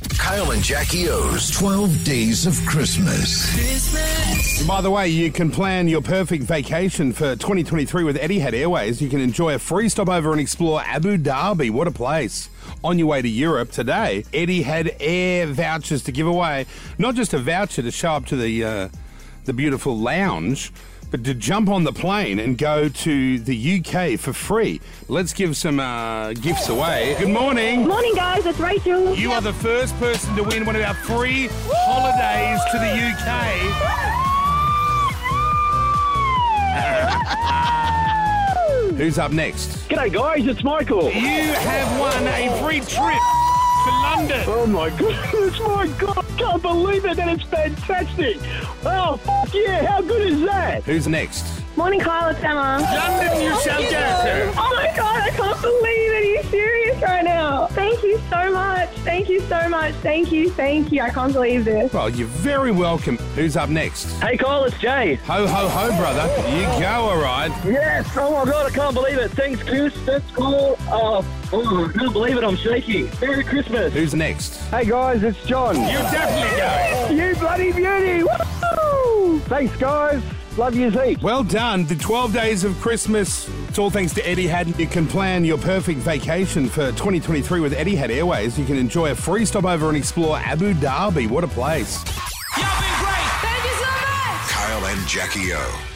Kyle and Jackie O's 12 Days of Christmas. By the way, you can plan your perfect vacation for 2023 with Etihad Airways. You can enjoy a free stopover and explore Abu Dhabi. What a place. On your way to Europe today, Etihad Air vouchers to give away. Not just a voucher to show up to the, uh, the beautiful lounge, but to jump on the plane and go to the UK for free. Let's give some uh, gifts away. Good morning. Morning, guys. It's Rachel. You are the first person to win one of our free holidays to the UK. Who's up next? G'day, guys. It's Michael. You have won a free trip to London. Oh my goodness, my God! Can't believe it. That is fantastic. Oh fuck yeah! How good is that? Who's next? Morning, Kyle. It's Emma. London, you shall go. Oh my god, I can't believe it. Are you serious right now? Thank you so much. Thank you so much. Thank you. Thank you. I can't believe this. Well, you're very welcome. Who's up next? Hey, Kyle. It's Jay. Ho, ho, ho, brother. You go, all right. Yes. Oh my God! I can't believe it. Thanks, Chris. That's cool. Oh, oh, I can't believe it. I'm shaking. Merry Christmas. Who's next? Hey, guys. It's John. You definitely go. You bloody beauty! Woo! Thanks, guys. Love you, Zeke. Well done. The 12 days of Christmas. It's all thanks to Etihad. You can plan your perfect vacation for 2023 with Etihad Airways. You can enjoy a free stopover and explore Abu Dhabi. What a place. Thank you so much. Kyle and Jackie O.